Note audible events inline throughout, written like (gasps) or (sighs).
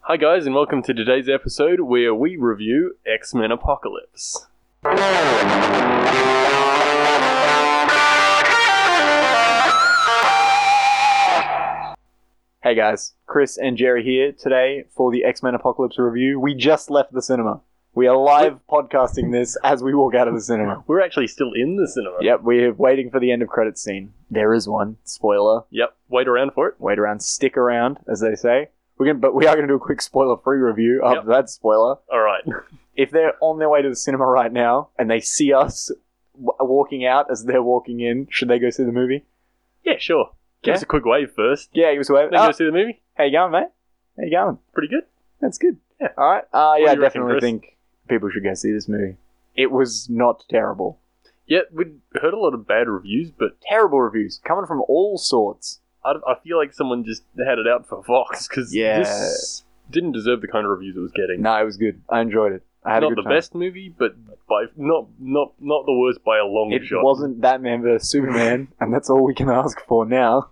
Hi, guys, and welcome to today's episode where we review X Men Apocalypse. Hey guys, Chris and Jerry here today for the X Men Apocalypse review. We just left the cinema. We are live podcasting this as we walk out of the cinema. We're actually still in the cinema. Yep, we're waiting for the end of credits scene. There is one. Spoiler. Yep, wait around for it. Wait around, stick around, as they say. We're gonna, but we are going to do a quick spoiler-free review after that spoiler. All right. (laughs) If they're on their way to the cinema right now and they see us w- walking out as they're walking in, should they go see the movie? Yeah, sure. Give Yeah. us a quick wave first. Yeah, give us a wave. Then Oh, go see the movie. how you going, mate? How you going? Pretty good. That's good. Yeah. All right. Uh, do yeah, I you reckon, definitely Chris? think people should go see this movie. It was not terrible. Yeah, we'd heard a lot of bad reviews, but Terrible reviews coming from all sorts. I, I feel like someone just had it out for Vox because Yeah. this didn't deserve the kind of reviews it was getting. No, it was good. I enjoyed it. I had not a good the time. best movie, but by not not not the worst by a long It shot. wasn't Batman versus Superman, (laughs) and that's all we can ask for now.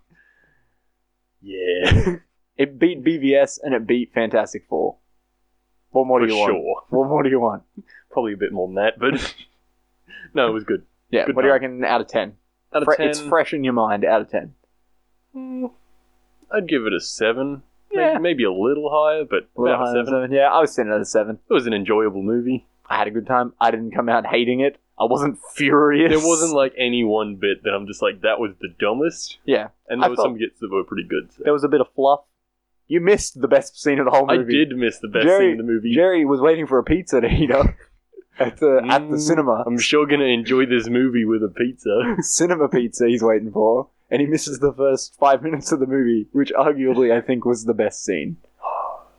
Yeah, It beat BVS and it beat Fantastic Four. (laughs) What more for do you want? sure. What more do you want? Probably a bit more than that, but (laughs) no, it was good. Yeah. Good what do you time. reckon? Out of ten. Out of Fre- ten, It's fresh in your mind. Out of ten. mm, I'd give it a seven. May- Yeah. maybe a little higher, but A about little a higher than seven. seven. Yeah, I was sitting at a seven. It was an enjoyable movie. I had a good time. I didn't come out hating it. I wasn't (laughs) furious. There wasn't like any one bit that I'm just like that was the dumbest, Yeah, and there I were felt- some bits that were pretty good. so. there was a bit of fluff. You missed the best scene of the whole I movie. did miss the best Jerry- scene in the movie. Jerry was waiting for a pizza to eat up at the at the Mm. cinema. (laughs) I'm sure gonna enjoy this movie with a pizza. cinema pizza he's waiting for, and he misses the first five minutes of the movie, which arguably I think was the best scene.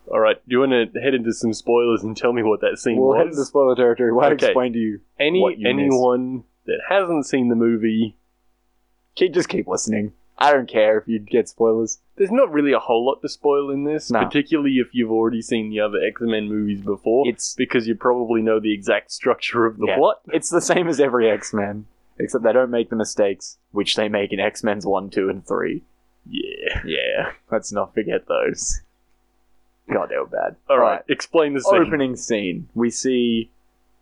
All right, do you want to head into some spoilers and tell me what that scene We'll was? head into spoiler territory. Why Okay. explain to you? Any what you anyone that hasn't seen the movie, Keep, just keep listening. I don't care if you get spoilers. there's not really a whole lot to spoil in this, No. particularly if you've already seen the other X Men movies before, It's because you probably know the exact (laughs) structure of the Yeah. plot. it's the same as every X Men, except they don't make the mistakes which they make in X Men's one, two, and three. Yeah. Yeah, let's not forget those. God, they were bad. All right, explain the scene. opening scene, we see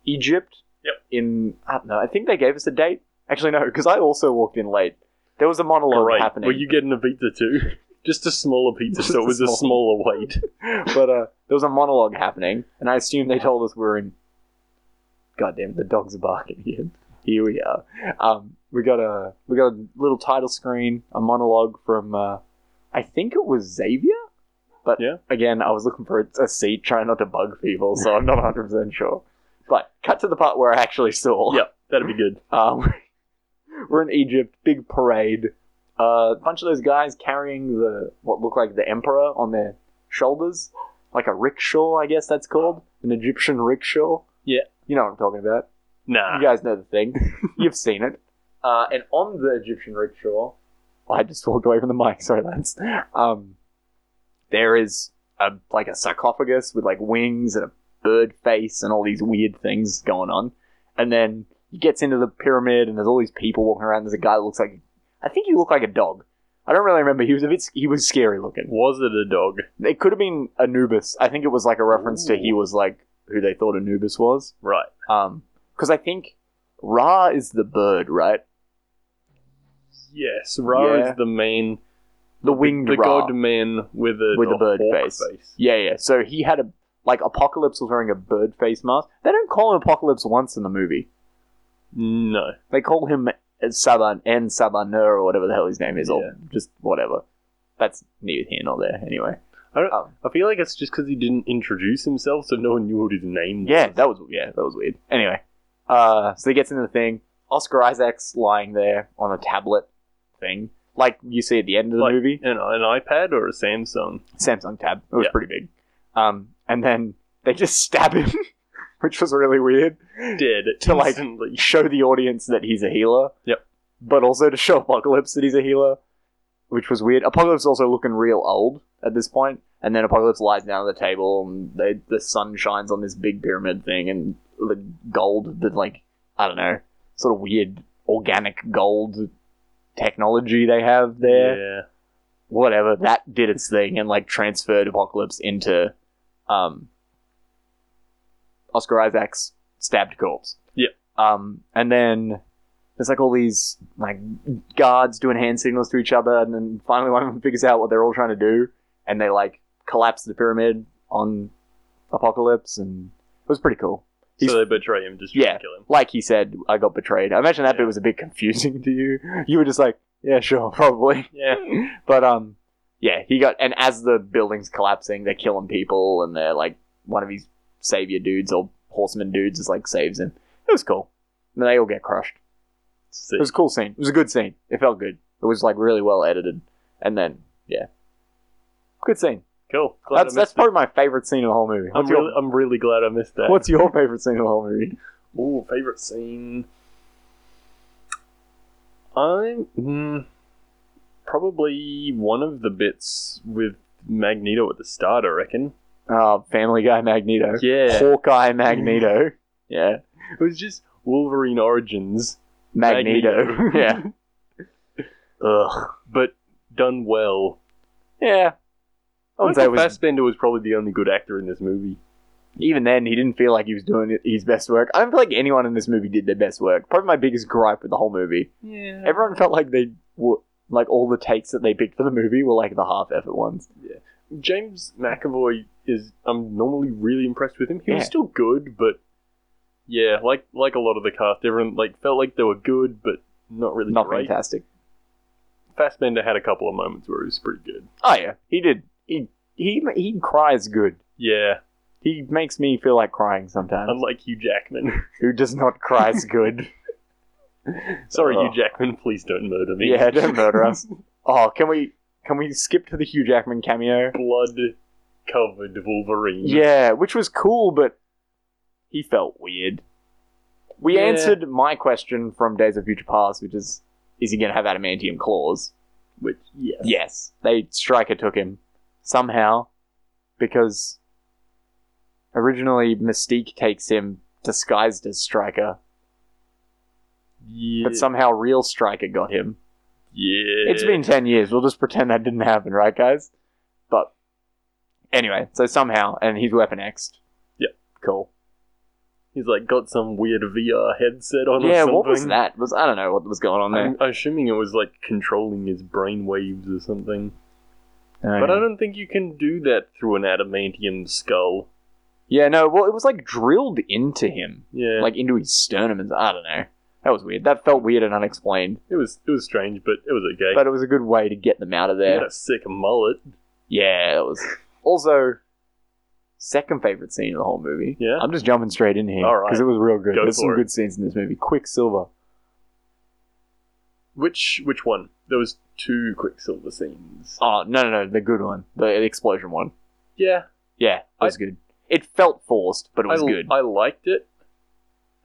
Egypt. Yep. In I don't know. I think they gave us a date. Actually, no, because I also walked in late. There was a monologue Great. happening, Were you getting a pizza too? (laughs) Just a smaller pizza, Just so a it was a smaller (laughs) weight. but uh, there was a monologue happening, and I assume they told us we were in. God damn, it, the dogs are barking again. Here we are. Um, we got a we got a little title screen, a monologue from uh, I think it was Xavier, but Yeah. again, I was looking for a, a seat, trying not to bug people, so I'm not 100 percent sure. But cut to the part where I actually saw. yep, that'd be good. Um, (laughs) we're in Egypt, big parade. A bunch of those guys carrying the what look like the emperor on their shoulders, like a rickshaw, I guess that's called an Egyptian rickshaw. Yeah. you know what I'm talking about. Nah. You guys know the thing. You've seen it. Uh, and on the Egyptian rickshaw, I just walked away from the mic. (laughs) Sorry, Lance. Um, there is a like a sarcophagus with like wings and a bird face and all these weird things going on. And then he gets into the pyramid, and there's all these people walking around. There's a guy that looks like I think he looked like a dog. I don't really remember. He was a bit. He was scary looking. Was it a dog? It could have been Anubis. I think it was like a reference to he was like who they thought Anubis was. Right. Um, because I think Ra is the bird, right? Yes, Ra Yeah. is the main The winged the Ra. god man with a With a a bird hawk face. Yeah, yeah. So he had a like Apocalypse was wearing a bird face mask. They don't call him Apocalypse once in the movie. No, They call him uh, Saban and Sabanur or whatever the hell his name is, Yeah. or just whatever. That's neither here nor there, anyway. I don't- Um, I feel like it's just because he didn't introduce himself, so no one knew what his name was. yeah, that was yeah, that was weird. Anyway, uh, so he gets into the thing. Oscar Isaac's lying there on a tablet thing, like you see at the end of the Like- movie. an, an iPad or a (gasps) Samsung. Samsung tab. It was Yeah. pretty big. Um, and then they just (laughs) stab him, which was really weird. Dead To, like- instantly. Show the audience that he's a healer. Yep. But also to show Apocalypse that he's a healer, which was weird. Apocalypse also looking real old at this point. And then Apocalypse lies down at the table, and they, the sun shines on this big pyramid thing, and the gold, the like, I don't know, sort of weird organic gold technology they have there Yeah. whatever that did its thing and like transferred apocalypse into um, Oscar Isaac's stabbed corpse. Yep. Um, and then there's like all these like guards doing hand signals to each other, and then finally one of them figures out what they're all trying to do, and they like collapse the pyramid on Apocalypse, and it was pretty cool. He's- so they betray him just try Yeah. to kill him. Like he said, I got betrayed. I imagine that bit was a bit confusing (laughs) to you. You were just like, yeah, sure, (laughs) probably. Yeah. But um, yeah, he got and as the building's collapsing, they're killing people, and they're like one of his savior dudes or horseman dudes is like saves him. It was cool. And they all get crushed. It Sick. was a cool scene. It was a good scene. It felt good. It was like really well edited. And then yeah, good scene. Cool. Glad That's I that's missed probably my favorite scene in the whole movie. it. I'm What's, your, really, I'm really glad I missed that. what's your favorite scene in the whole movie? Ooh, favorite scene. I'm mm, probably one of the bits with Magneto at the start. I reckon. Uh, Family Guy Magneto. Yeah. Hawkeye (laughs) Magneto. yeah, It was just Wolverine Origins. Magneto. Magneto. (laughs) (laughs) yeah, Ugh. But done well. yeah. I wouldn't say it Michael was Fassbender was probably the only good actor in this movie. even then, he didn't feel like he was doing his best work. I don't feel like anyone in this movie did their best work. Probably my biggest gripe with the whole movie. Yeah. Everyone felt like they were like all the takes that they picked for the movie were like the half effort ones. James McAvoy is. I'm normally really impressed with him. He Yeah. was still good, but yeah, like like a lot of the cast, everyone like felt like they were good, but not really Not great. fantastic. Fassbender had a couple of moments where he was pretty good. Oh yeah, he did. He he he cries good. Yeah, He makes me feel like crying sometimes. unlike Hugh Jackman. (laughs) Who does not cries good? Sorry, Oh. Hugh Jackman, please don't murder (laughs) me. (laughs) yeah, don't murder us. Oh, can we can we skip to the Hugh Jackman cameo? blood covered Wolverine. Yeah, which was cool, but he felt weird. We Yeah. answered my question from Days of Future Past, which is is he going to have adamantium claws? which yeah, Yes. They Striker took him somehow because originally Mystique takes him disguised as Striker, yeah, but somehow real Striker got him. yeah. It's been 10 years. We'll just pretend that didn't happen, right, guys? But anyway, so somehow, and he's Weapon X. Yep. Cool. He's like got some weird VR headset on. or yeah, what was something. that? Was I don't know what was going on there. I'm assuming it was like controlling his brain waves or something. But I don't think you can do that through an adamantium skull. yeah, no. Well, it was like drilled into him, Yeah, like into his sternum, and I don't know. That was weird. That felt weird and unexplained. it was it was strange, but it was okay. But it was a good way to get them out of he there. had a sick mullet. Yeah, it was. Also, second favorite scene in the whole movie. Yeah? I'm just jumping straight in here All right. because it was real good. Go There's some for it. good scenes in this movie. Quicksilver. Which which one? There was two Quicksilver scenes. Oh no, no, no, the good one, the explosion one. Yeah, Yeah, it was good. It felt forced, but it was I, good. I liked it.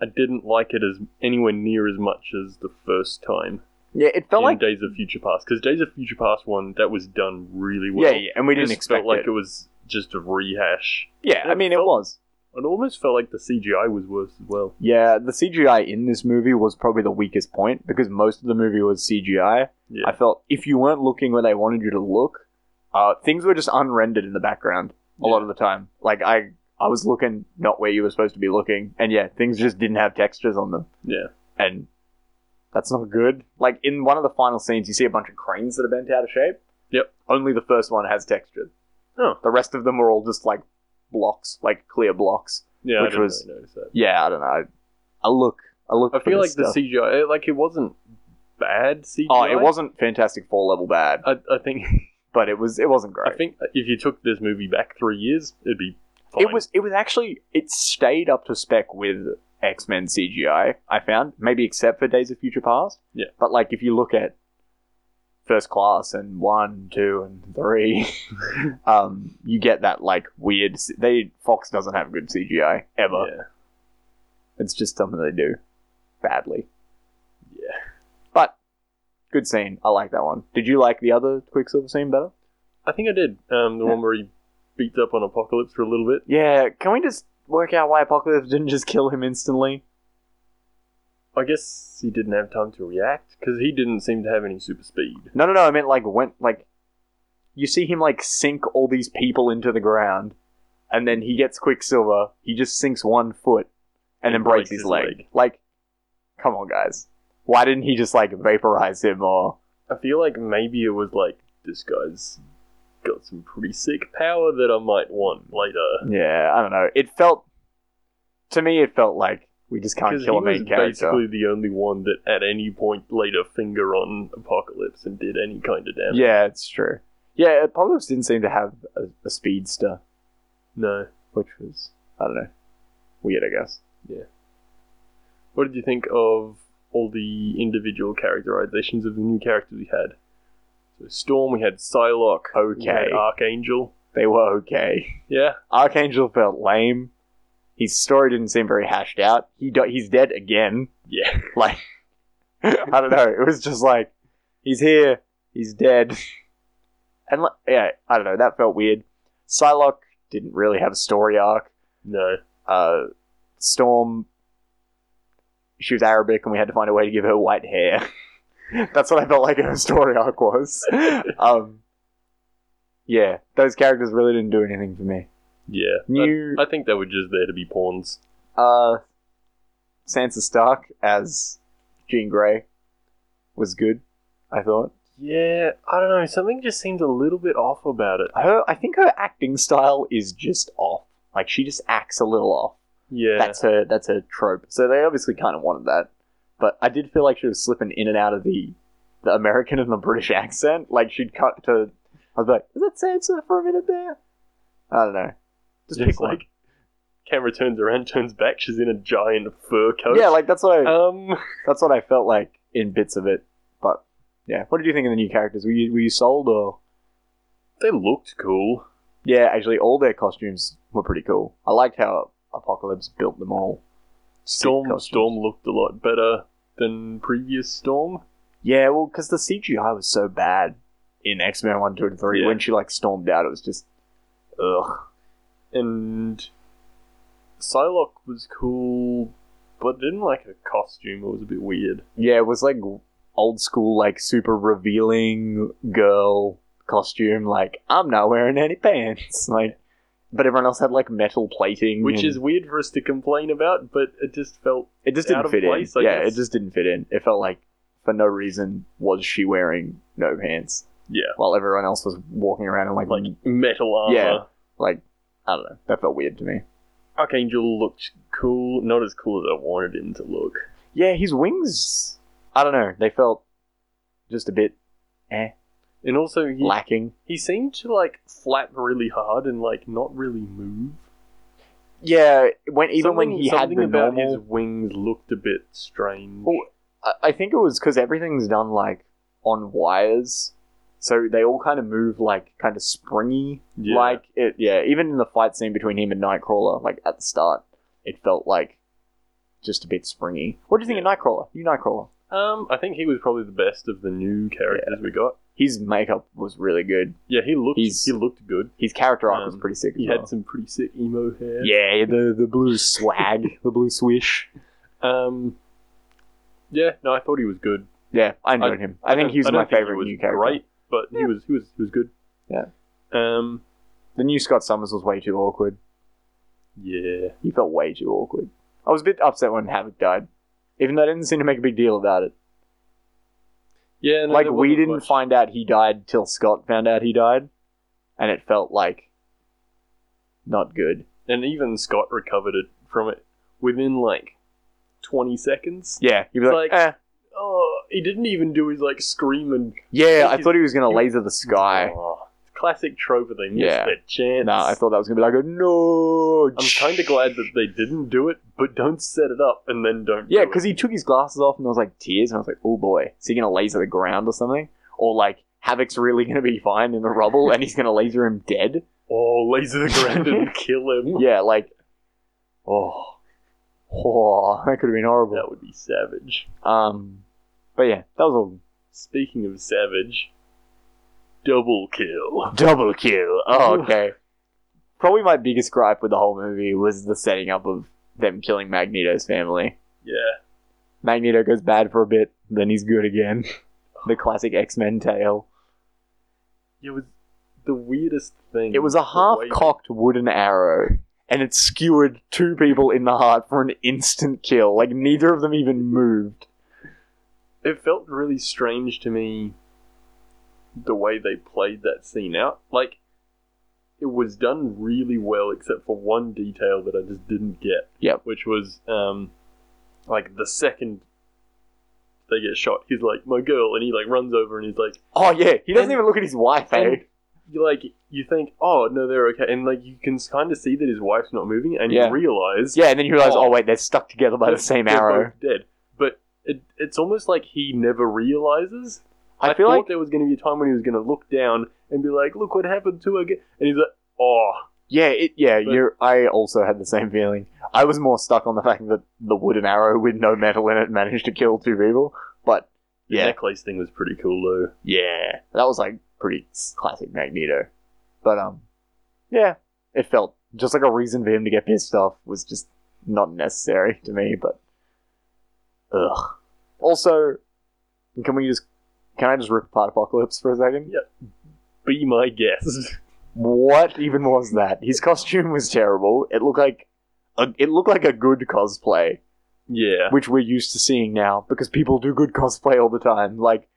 I didn't like it as anywhere near as much as the first time yeah, it felt in like Days of Future Past because Days of Future Past one that was done really well. yeah, yeah, and we It didn't just expect felt like it. it. was just a rehash. Yeah, I it mean, it felt- was. It almost felt like the CGI was worse as well. Yeah, the CGI in this movie was probably the weakest point because most of the movie was CGI. Yeah. I felt if you weren't looking where they wanted you to look, uh, things were just unrendered in the background a lot of the time. Like I, I was looking not where you were supposed to be looking, and yeah, things just didn't have textures on them, Yeah, and that's not good. Like in one of the final scenes, you see a bunch of cranes that are bent out of shape. Yep. Only the first one has texture. Oh. The rest of them are all just like blocks, like clear blocks. yeah, I Which didn't was- really notice that. Yeah, I don't know. I, I look, I look. I for feel like this the stuff. CGI, it- like it wasn't bad CGI. Oh, it wasn't Fantastic Four level bad, I, I think but it was it wasn't great. I think if you took this movie back three years, it'd be fine. it was it was actually it stayed up to spec with X Men CGI. I found maybe except for Days of Future Past. Yeah. but like if you look at First Class and one, two, (laughs) and three, um, you get that like weird. s- They Fox doesn't have good CGI ever. Yeah. It's just something they do badly. Yeah. But good scene. I like that one. Did you like the other Quicksilver scene better? I think I did. Um, the Yeah. one where he beats up on Apocalypse for a little bit. Yeah, can we just work out why Apocalypse didn't just kill him instantly? I guess he didn't have time to react because he didn't seem to have any super speed. No, no, no. I meant like went like you see him like sink all these people into the ground, and then he gets Quicksilver. He just sinks one foot and then And breaks breaks his his leg. leg. Like, come on, guys. Why didn't he just like vaporize him or? I feel like maybe it was like this guy's got some pretty sick power that I might want later. Yeah, I don't know. It felt to me, it felt like we just can't Because he kill a was main character. basically the only one that at any point laid a finger on Apocalypse and did any kind of damage. Yeah, it's true. Yeah, Apocalypse didn't seem to have a, a speedster, No. which was I don't know, weird. I guess. What did you think of all the individual characterizations of the new characters we had? So Storm, we had Psylocke. We had Okay. Archangel. They were okay. Yeah. Archangel felt lame. His story didn't seem very hashed out. He do- he's dead again. Yeah. (laughs) Like I don't know. It was just like he's here, he's dead, (laughs) and like, yeah, I don't know. That felt weird. Psylocke didn't really have a story arc. No. Uh, Storm, she was Arabic, and we had to find a way to give her white hair. (laughs) That's what I felt like her story arc was. um, yeah, those characters really didn't do anything for me. Yeah. New I think they were just there to be pawns. Uh, Sansa Stark as Jean Grey was good. I thought Yeah, I don't know. Something just seemed a little bit off about it. her. I think her acting style is just off. Like she just acts a little off. Yeah. That's her. That's her trope. So they obviously kind of wanted that. But I did feel like she was slipping in and out of the the American and the British accent. Like she'd cut to. I was like, is that Sansa for a minute there? I don't know. Just, just pick one. like camera turns around, (laughs) turns back. She's in a giant fur coat. yeah, like that's what I. um, that's what I felt like in bits of it. But yeah, what did you think of the new characters? Were you were you sold or? they looked cool. Yeah, actually, all their costumes were pretty cool. I liked how Apocalypse built them all. Storm costumes. Storm looked a lot better than previous Storm. Yeah, well, because the CGI was so bad in X Men One, Two, and Three Yeah. when she like stormed out, it was just ugh. And Psylocke was cool, but didn't like her costume. It was a bit weird. Yeah, it was like old school, like super revealing girl costume. Like I'm not wearing any pants, (laughs) like. But everyone else had like metal plating, Which and- is weird for us to complain about, but it just felt It just out didn't of fit place, I in. yeah, guess. it just didn't fit in. It felt like for no reason was she wearing no pants yeah, while everyone else was walking around in like like like, metal armor. Yeah. I don't know. That felt weird to me. Archangel looked cool, not as cool as I wanted him to look. Yeah, his wings. I don't know. They felt just a bit And also, he, lacking. he seemed to like flap really hard and like not really move. Yeah, when even when Something- he had something the about normal, Oh, his wings looked a bit strange. Well, I- I think it was because everything's done like on wires, so they all kind of move like kind of springy Yeah. Like it, yeah. Even in the fight scene between him and Nightcrawler, like at the start, it felt like just a bit springy. What do you think of Nightcrawler? You Nightcrawler. um, I think he was probably the best of the new characters we got. His makeup was really good. Yeah, he looked He's- he looked good. His character arc was Um, pretty sick. As He well. had some pretty sick emo hair. yeah, the the blue swag, the blue swish. Um. Yeah, no, I thought he was good. Yeah, I enjoyed him. I think he's I my don't think favorite he was new character. Great, but he was he was he was good. Yeah. Um. The new Scott Summers was way too awkward. Yeah. He felt way too awkward. I was a bit upset when Havoc died, even though I didn't seem to make a big deal about it. Yeah. No, like there we wasn't didn't much. find out he died till Scott found out he died, and it felt like not good. and even Scott recovered it from it within like twenty seconds. Yeah, he was It's like, like- eh. Oh, he didn't even do his like scream and yeah, I he thought he was gonna he- laser the sky. Oh, classic trope that they missed Yeah. their chance. No, I thought that was gonna be like a no. I'm kind of glad that they didn't do it, but don't set it up and then don't. Yeah, do it. because he took his glasses off and there was like tears, and I was like, oh boy, is he gonna laser the ground or something? Or like Havoc's really gonna be fine in the rubble and he's gonna laser him dead? oh, laser the ground and (laughs) kill him. Yeah, like, oh, oh, that could have been horrible. That would be savage. Um, but yeah, that was all Speaking of savage, double kill. Double kill. (laughs) Oh, okay. Probably my biggest gripe with the whole movie was the setting up of them killing Magneto's family. Yeah, Magneto goes bad for a bit, (laughs) then he's good again. the classic X Men tale. (laughs) it was. the weirdest thing. It was a the half way- cocked wooden arrow, and it skewered two people in the heart for an instant kill. Like, neither of them even moved. It felt really strange to me the way they played that scene out. Like, it was done really well, except for one detail that I just didn't get. Yep. Which was, um, like, the second they get shot, he's like, my girl, and he, like, runs over and he's like, Oh, yeah, he doesn't And- even look at his wife, and- eh? you like you think, oh no, they're okay, and like you can kind of see that his wife's not moving, and Yeah. you realize Yeah, and then you realize, Oh. oh, wait, they're stuck together by the same they're arrow. both dead. But it, it's almost like he never realizes. I feel thought like, there was going to be a time when he was going to look down and be like, look what happened to her, ge-" and he's like, oh, yeah, it, yeah, but- you're, I also had the same feeling. I was more stuck on the fact that the wooden arrow with no metal in it managed to kill two people, but the yeah, necklace thing was pretty cool though. Yeah, that was like pretty s- classic Magneto. But um, yeah, it felt just like a reason for him to get pissed off was just not necessary to me. But ugh. Also, can we just can I just rip apart Apocalypse for a second? Yeah. Be my guest. (laughs) What even was that? His costume was terrible. It looked like a, it looked like a good cosplay yeah, which we're used to seeing now because people do good cosplay all the time. Like,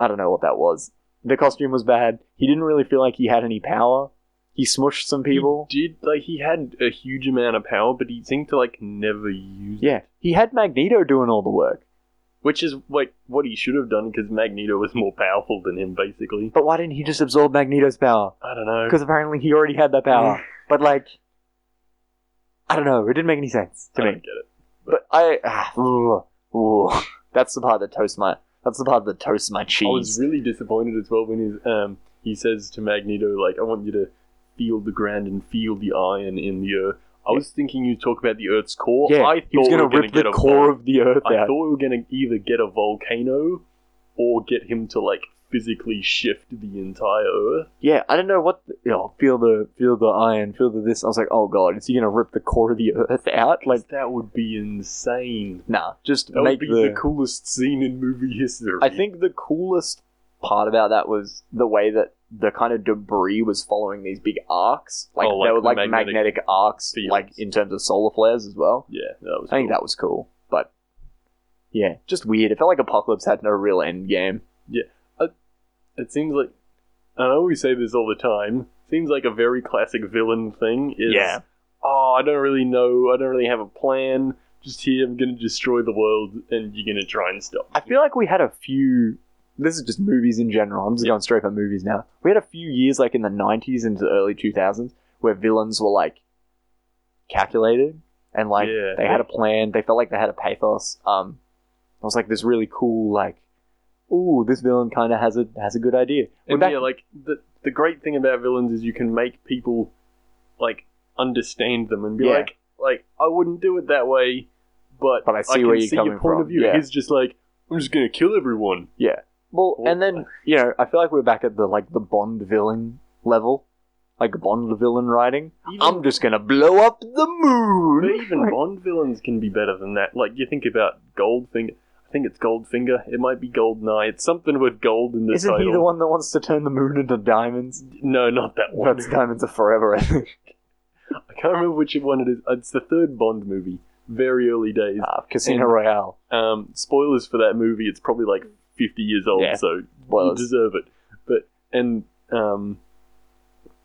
I don't know what that was. The costume was bad. He didn't really feel like he had any power. He smushed some people. He did like he had a huge amount of power, but he seemed to like never use it, yeah, he had Magneto doing all the work. which is like what he should have done because Magneto was more powerful than him, basically. But why didn't he just absorb Magneto's power? I don't know. Because apparently he already had (laughs) that power. but like, I don't know. It didn't make any sense to I me. don't get it. But I, ah, ooh, ooh. (laughs) that's the part that toasts my. That's the part that toasts my cheese. I was really disappointed as well when his, um, he says to Magneto, like, I want you to feel the ground and feel the iron in the earth. I was thinking you talk about the Earth's core. yeah, I thought he was we gonna were gonna rip get the a vul- core of the earth I out. thought we were going to either get a volcano or get him to, like, physically shift the entire Earth. Yeah, I don't know what the, you know, feel the feel the iron, feel the this. I was like, oh god, is he gonna rip the core of the earth out? Like, Like, that would be insane. nah, just That make would be the... the. coolest scene in movie history. I think the coolest part about that was the way that the kind of debris was following these big arcs. Like, Oh, like they were the like magnetic, magnetic arcs, fields. like in terms of solar flares as well. Yeah, that was I think cool. that was cool, but yeah, just weird. It felt like Apocalypse had no real end game. it seems like and I always say this all the time. Seems like a very classic villain thing is Yeah. oh, I don't really know, I don't really have a plan. Just here I'm gonna destroy the world and you're gonna try and stop. I feel like we had a few. This is just movies in general. I'm just going straight for movies now. We had a few years, like in the 90s into the early 2000s, where villains were like calculated and like Yeah. they had a plan. They felt like they had a pathos. Um, it was like this really cool, like, ooh, this villain kind of has a has a good idea. And Well, yeah, that- like the the great thing about villains is you can make people like understand them and be Yeah. like like I wouldn't do it that way, but, But I see can where you're see coming your point from, of view. yeah. He's just like I'm just gonna kill everyone. well, and then you know, I feel like we're back at the like the Bond villain level, like Bond villain writing. Even- I'm just gonna blow up the moon. But (laughs) even Like, Bond villains can be better than that. Like you think about Goldfinger. I think it's Goldfinger. It might be Goldeneye. It's something with gold in the Isn't title. he the one that wants to turn the moon into diamonds? No, not that one. That's diamonds are forever. (laughs) I think. I can't remember which one it is. It's the third Bond movie. Very early days. Ah, Casino And- Royale. Um, spoilers for that movie. It's probably like fifty years old, Yeah. so you Spoilers. deserve it. But and um,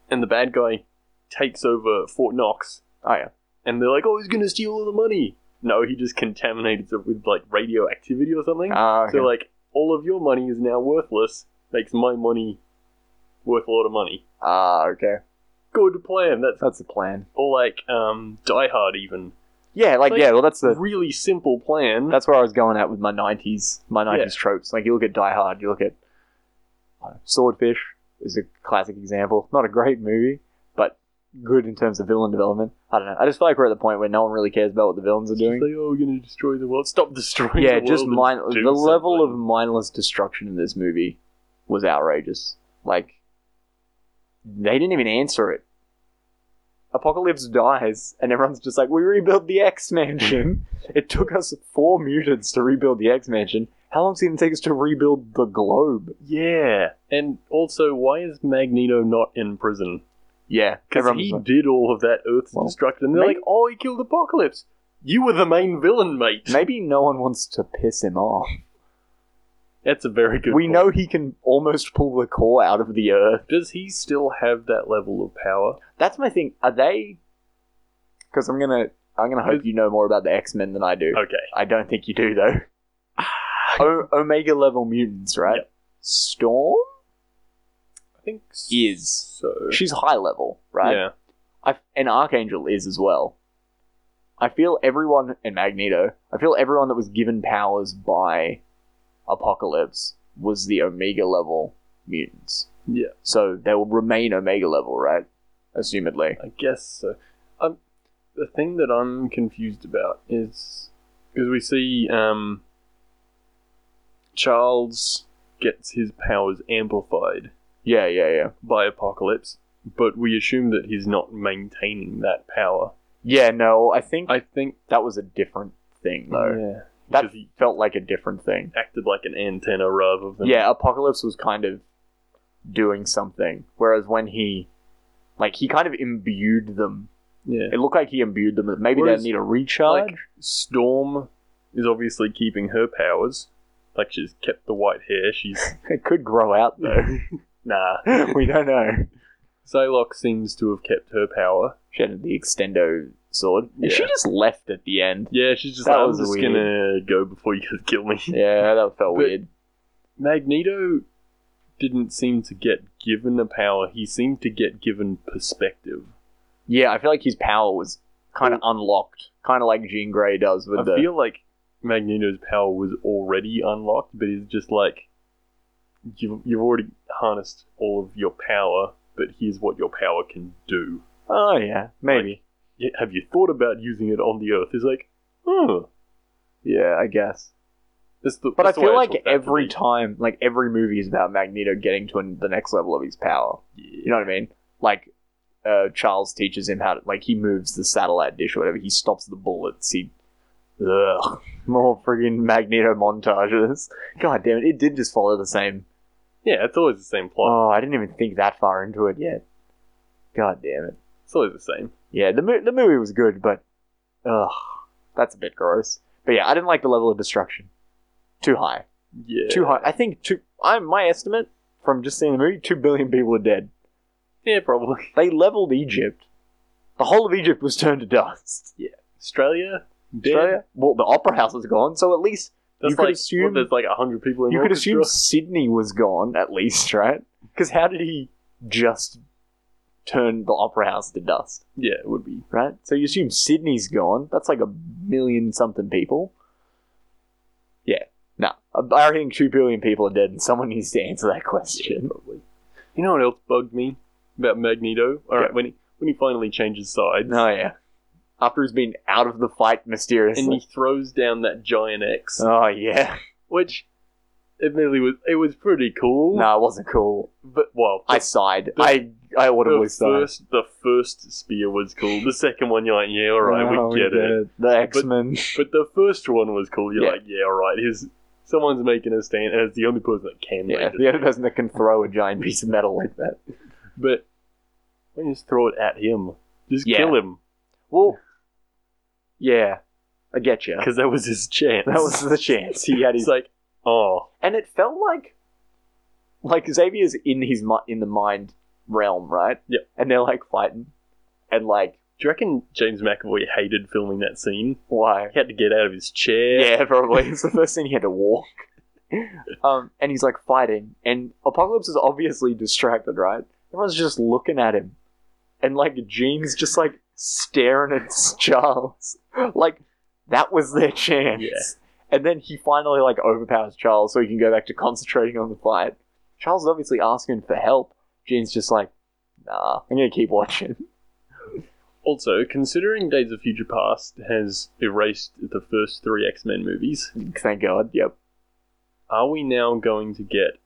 and the bad guy takes over Fort Knox, Oh yeah. and they're like, "Oh, he's gonna steal all the money." No, he just contaminated it with like radioactivity or something. Ah, okay. So like all of your money is now worthless, makes my money worth a lot of money. Ah, okay. Good plan. That's That's the plan. or like um Die Hard even. Yeah, like, Like- yeah. Well, that's the really simple plan. that's where I was going at with my '90s my '90s Yeah. tropes. Like you look at Die Hard, you look at I don't know, Swordfish is a classic example. Not a great movie, but good in terms of villain development. I don't know. I just feel like we're at the point where no one really cares about what the villains are It's just doing. like, oh, we're gonna destroy the world. Stop destroying yeah, the world. just and mind the do level of something. mindless destruction in this movie was outrageous. Like they didn't even answer it. Apocalypse dies, and everyone's (laughs) just like, "We rebuilt the X Mansion. it took us four mutants to rebuild the X Mansion. How long does it even take us to rebuild the globe? Yeah. And also, why is Magneto not in prison? Yeah, Because he did all of that Earth's Well, destruction, and they're maybe- like, "Oh, he killed Apocalypse. You were the main villain, mate." maybe no one wants to piss him off. That's a very good. we point. know he can almost pull the core out of the earth. Does he still have that level of power? That's my thing. Are they? Because I'm gonna, I'm gonna hope you know more about the X Men than I do. Okay. I don't think you (sighs) do though. o- Omega level mutants, right? Yep. Storm. I think s- Is. so. She's high level, right? Yeah. I, and Archangel is as well. I feel everyone and Magneto. I feel everyone that was given powers by Apocalypse was the Omega level mutants. Yeah. So they will remain Omega level, right? Assumedly. I guess so. Um, the thing that I'm confused about is because we see um, Charles gets his powers amplified Yeah, yeah, yeah. by Apocalypse, but we assume that he's not maintaining that power. Yeah, no, I think I think that was a different thing though. yeah, That because he uh, felt like a different thing. acted like an antenna rather than Yeah, Apocalypse was kind of doing something. Whereas when he like he kind of imbued them. yeah. It looked like he imbued them. Maybe they Whereas, need a recharge. like, Storm is obviously keeping her powers. Like she's kept the white hair. (laughs) She's uh, It could grow out though. nah. (laughs) we don't know. Psylocke seems to have kept her power. She had the extendo sword. And she Yeah. just left at the end. Yeah, she's just That like, I'm was just weird. gonna go before you (laughs) guys kill me. Yeah, that felt But- weird. Magneto didn't seem to get given a power. He seemed to get given perspective. Yeah, I feel like his power was kind of unlocked, kind of like Jean Grey does with I the. feel like Magneto's power was already unlocked, but he's just like, you've, you've already harnessed all of your power, but here's what your power can do. oh yeah, maybe. Yeah, have you thought about using it on the Earth? He's like, oh, yeah, I guess. that's the. But that's I the way feel like took that to every be. time, like every movie is about Magneto getting to an, the next level of his power. You know what I mean? Like, uh, Charles teaches him how to, like, he moves the satellite dish or whatever. He stops the bullets. He, ugh, more friggin' Magneto montages. (laughs) God damn it! It did just follow the same. yeah, it's always the same plot. Oh, I didn't even think that far into it yet. God damn it! It's always the same. Yeah, the mo- the movie was good, but ugh, that's a bit gross. But yeah, I didn't like the level of destruction. Too high. Yeah, Two hundred. I think two. I'm my estimate from just seeing the movie. Two billion people are dead. yeah, probably. They leveled Egypt. The whole of Egypt was turned to dust. Australia, dead. Australia- Well, the opera house is gone. So at least That's You could like, assume- what, there's like hundred people in you could orchestra? assume Sydney was gone. At least, right? Because how did he just turn the opera house to dust? Yeah, it would be. Right. So you assume Sydney's gone. That's like a million something people. Yeah. No, I reckon two billion people are dead, and someone needs to answer that Yeah, question. probably. You know what else bugged me about Magneto? All right, Yeah. when he when he finally changes sides No, yeah. After he's been out of the fight mysteriously. and he throws down that giant X, oh yeah. which admittedly was it was pretty cool. No, it wasn't cool. but well, I sighed. The- I I audibly the sighed. first the first spear was cool. The second one, you're like, yeah, all right, Oh, we get it. The (laughs) X Men. But the first one was cool. You're Yeah. like, yeah, all right. Here's someone's making a stand, and it's the only person that can. Yeah, make it. the only person that can throw a giant piece of metal like that. But why don't you just throw it at him? Just Yeah. kill him (laughs) Well, yeah, I get you. because that was his chance. That was the chance (laughs) he had. It's His, like, oh, and it felt like, like Xavier's in his mi- in the mind realm, right? Yeah. And they're like fighting, and like do you reckon James McAvoy hated filming that scene? why? He had to get out of his chair. Yeah, probably. (laughs) It's the first thing he had to walk. Um, and he's like fighting, and Apocalypse is obviously distracted, right? Everyone's just looking at him, and like Jean's just like staring at (laughs) Charles, like that was their chance. Yeah. And then he finally like overpowers Charles, so he can go back to concentrating on the fight. Charles is obviously asking for help. Jean's just like, nah, I'm gonna keep watching. (laughs) Also, considering Days of Future Past has erased the first three X Men movies, Thank God. Yep. are we now going to get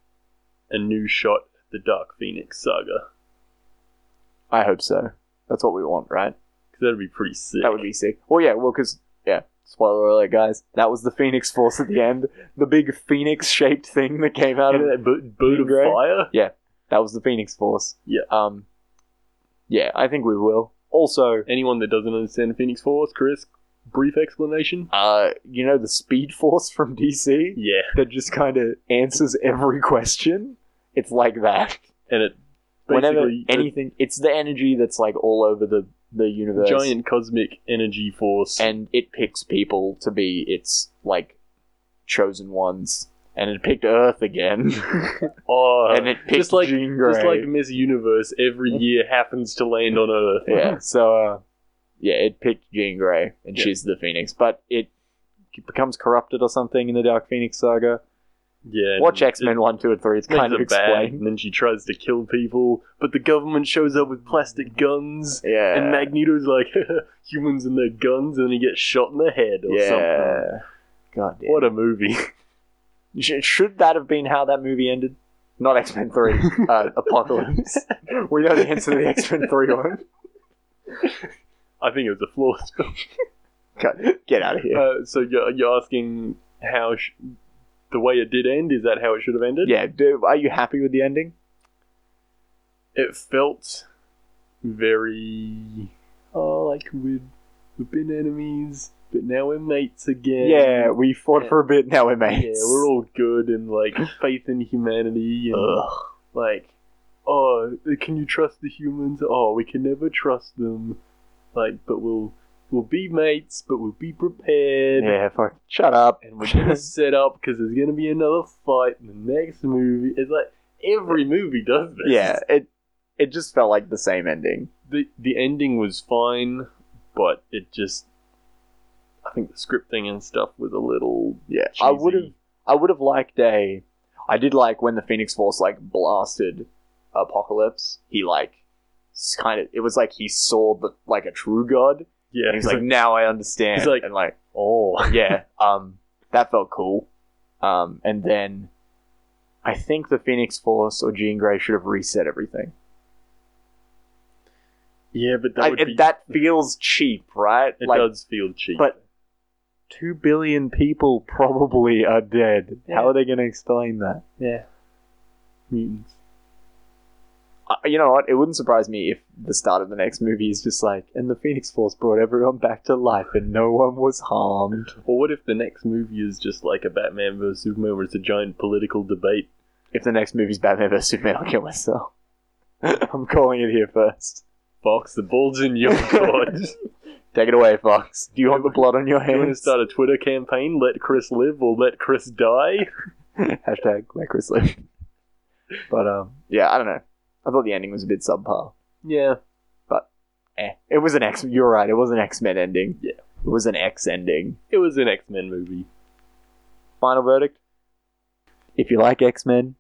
a new shot at the Dark Phoenix saga? I hope so. That's what we want, right? Because that'd be pretty sick. That would be sick. Well, yeah, well, because yeah, Spoiler alert, guys. That was the Phoenix Force at the end. The big phoenix-shaped thing that came out of that boot, boot of Grey? fire. that was the Phoenix Force. Yeah. Um. Yeah, I think we will. Also, Anyone that doesn't understand Phoenix Force, Chris, brief explanation. uh, you know the Speed Force from DC Yeah, that just kind of answers every question. It's like that. and it Whenever basically it's anything, it's the energy that's like all over the the a universe, giant cosmic energy force. and it picks people to be its like chosen ones, and it picked (laughs) Earth again, oh, and it picked just like Jean Grey. just like Miss Universe, every year happens to land on Earth. yeah. So, uh, yeah, it picked Jean Grey, and Yeah. she's the Phoenix, but it becomes corrupted or something in the Dark Phoenix saga. yeah. and Watch it- X Men one, two, and three. It's makes kind of her bad, explained. and then she tries to kill people, but the government shows up with plastic guns, Yeah. (laughs) and Magneto's like, (laughs) humans and their guns, and then he gets shot in the head or yeah. something. God damn. What a movie. (laughs) Sh- should that have been how that movie ended? Not X (laughs) Men Three, uh, Apocalypse. we know the answer to the X Men Three one. I think it was a flawed. God, get out of here. Uh, so you're, you're asking how sh- the way it did end? Is that how it should have ended? yeah, do, are you happy with the ending? It felt very. Oh, like we'd, we've been enemies, but now we're mates again. yeah, we fought Yeah. for a bit. Now we're mates. Yeah, we're all good and like (laughs) faith in humanity and Ugh. like oh can you trust the humans oh we can never trust them like but we'll we'll be mates but we'll be prepared Yeah, fuck. Shut up. and we're (laughs) gonna set up because there's gonna be another fight in the next movie it's like every movie does this yeah, it it just felt like the same ending. the the ending was fine but it just i think the scripting and stuff was a little Yeah, cheesy. I would have I would have liked a. I did like when the Phoenix Force like blasted Apocalypse. He like kind of it was like he saw the like a true god. yeah And he's like, now I understand. He's like- and like, oh (laughs) yeah, um, that felt cool. Um, and then I think the Phoenix Force or Jean Grey should have reset everything. yeah but that I- would it- be that feels cheap, right? it like does feel cheap but two billion people (laughs) probably are dead. How Yeah. are they going to explain that? yeah mutants Uh, you know what? It wouldn't surprise me if the start of the next movie is just like, and the Phoenix Force brought everyone back to life, and no one was harmed. Or what if the next movie is just like a Batman vs Superman, where it's a giant political debate? If the next movie's Batman vs Superman, I'll kill myself. (laughs) I'm calling it here first. Fox, the ball's in (laughs) your court. you Take it away, Fox. (laughs) Do you want the blood on your want to hands? start a Twitter campaign? Let Chris live or let Chris die? Hashtag let Chris live. But um, yeah, I don't know. I thought the ending was a bit subpar. Yeah, Eh, it was an X. You're right. It was an X Men ending. Yeah. it was an X ending. it was an X Men movie. final verdict. If you like X Men,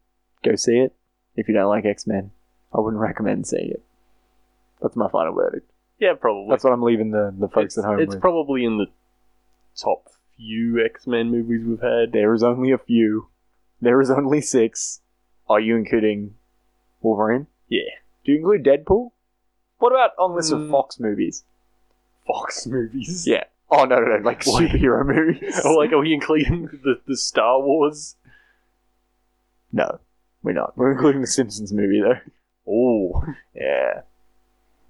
go see it. If you don't like X Men, I wouldn't recommend seeing it. That's my final verdict. Yeah, probably. That's what I'm leaving the, the folks it's at home it's with. probably in the top few X Men movies we've had. (laughs) there is only a few. There is only six. Are you including Wolverine? Yeah. Do you include Deadpool? What about on list of Mm. Fox movies? Fox movies. Yeah. Oh no no no! Like Wait. (laughs) superhero movies? Or like, are we including the, the Star Wars? no, we're not. We're including the Simpsons movie though. (laughs) Oh, Yeah.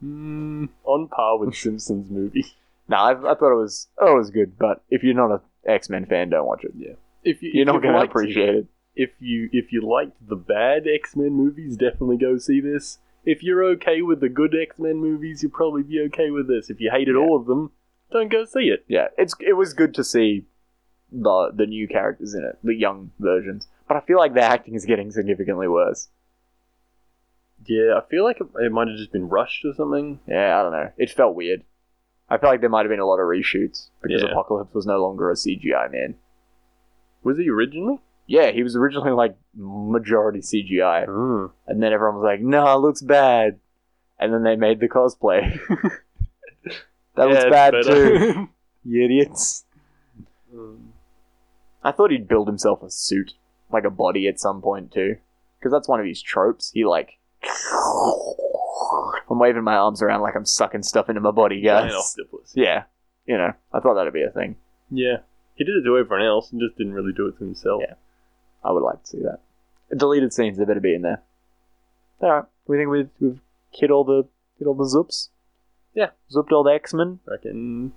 mm, on par (laughs) with Simpsons movie. No, I, I thought it was I thought it was good, but if you're not a X Men fan, don't watch it. Yeah, If you, you're if not you've going to liked- appreciate it. if you if you liked the bad X-Men movies, definitely go see this. If you're okay with the good X-Men movies, you'll probably be okay with this. If you hated Yeah. all of them, don't go see it. Yeah, it's it was good to see the the new characters in it, the young versions. But I feel like the acting is getting significantly worse. Yeah, I feel like it, it might have just been rushed or something. Yeah, I don't know. It felt weird. I feel like there might have been a lot of reshoots because Yeah. Apocalypse was no longer a CGI man. Was he originally? Yeah, he was originally like majority CGI, Mm. and then everyone was like, "No, it looks bad," and then they made the cosplay. (laughs) that looks bad too, (laughs) Hmm. you idiots. I thought he'd build himself a suit, like a body at some point too. Because that's one of his tropes. He like. I'm waving my arms around like I'm sucking stuff into my body, Giant guys. octopus. Yeah. You know, I thought that'd be a thing. Yeah. He did it to everyone else and just didn't really do it to himself. Yeah. I would like to see that. Deleted scenes, they better be in there. All right, we think we've we've hit all the hit all the zoops. Yeah. zooped all the X Men. reckon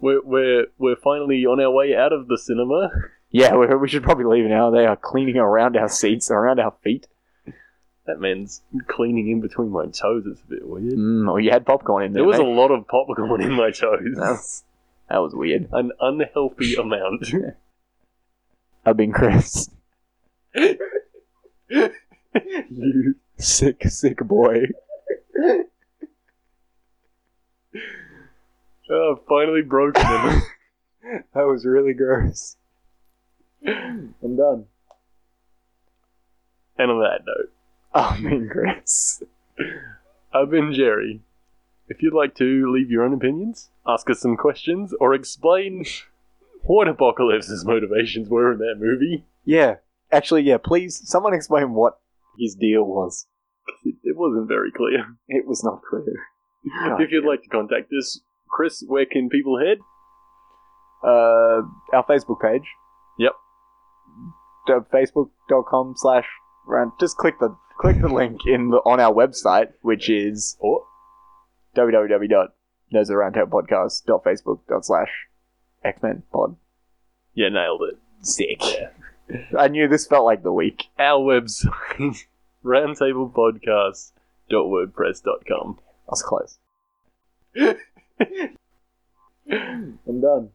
we're, we're, we're finally on our way out of the cinema. Yeah, we, we should probably leave now. They are cleaning around our seats, around our feet. That man's cleaning in between my toes. It's a bit weird. Mm, oh, you had popcorn in there. There was a (laughs) mate. lot of popcorn in my toes. That was, that was weird. An unhealthy amount. (laughs) I've been Chris. (laughs) you Sick, sick boy. uh, finally broken them. That was really gross. I'm done. (laughs) and on that note, I've been Chris. I've been Jerry. If you'd like to leave your own opinions, ask us some questions, or explain (laughs) what Apocalypse's motivations were in that movie, Yeah. Actually, yeah, please, someone explain what his deal was. it, it wasn't very clear. It was not clear. if you'd like to contact us, Chris, where can people head? uh, our Facebook page. Yep. D- Facebook.com slash rant. Just click the click the link in the on our website, which is Or www.nosaroundtablepodcast.facebook.com slash X-Men pod. yeah, nailed it. Sick. I knew this felt like the week. Our website, (laughs) roundtablepodcast.wordpress.com. I was close. I'm done.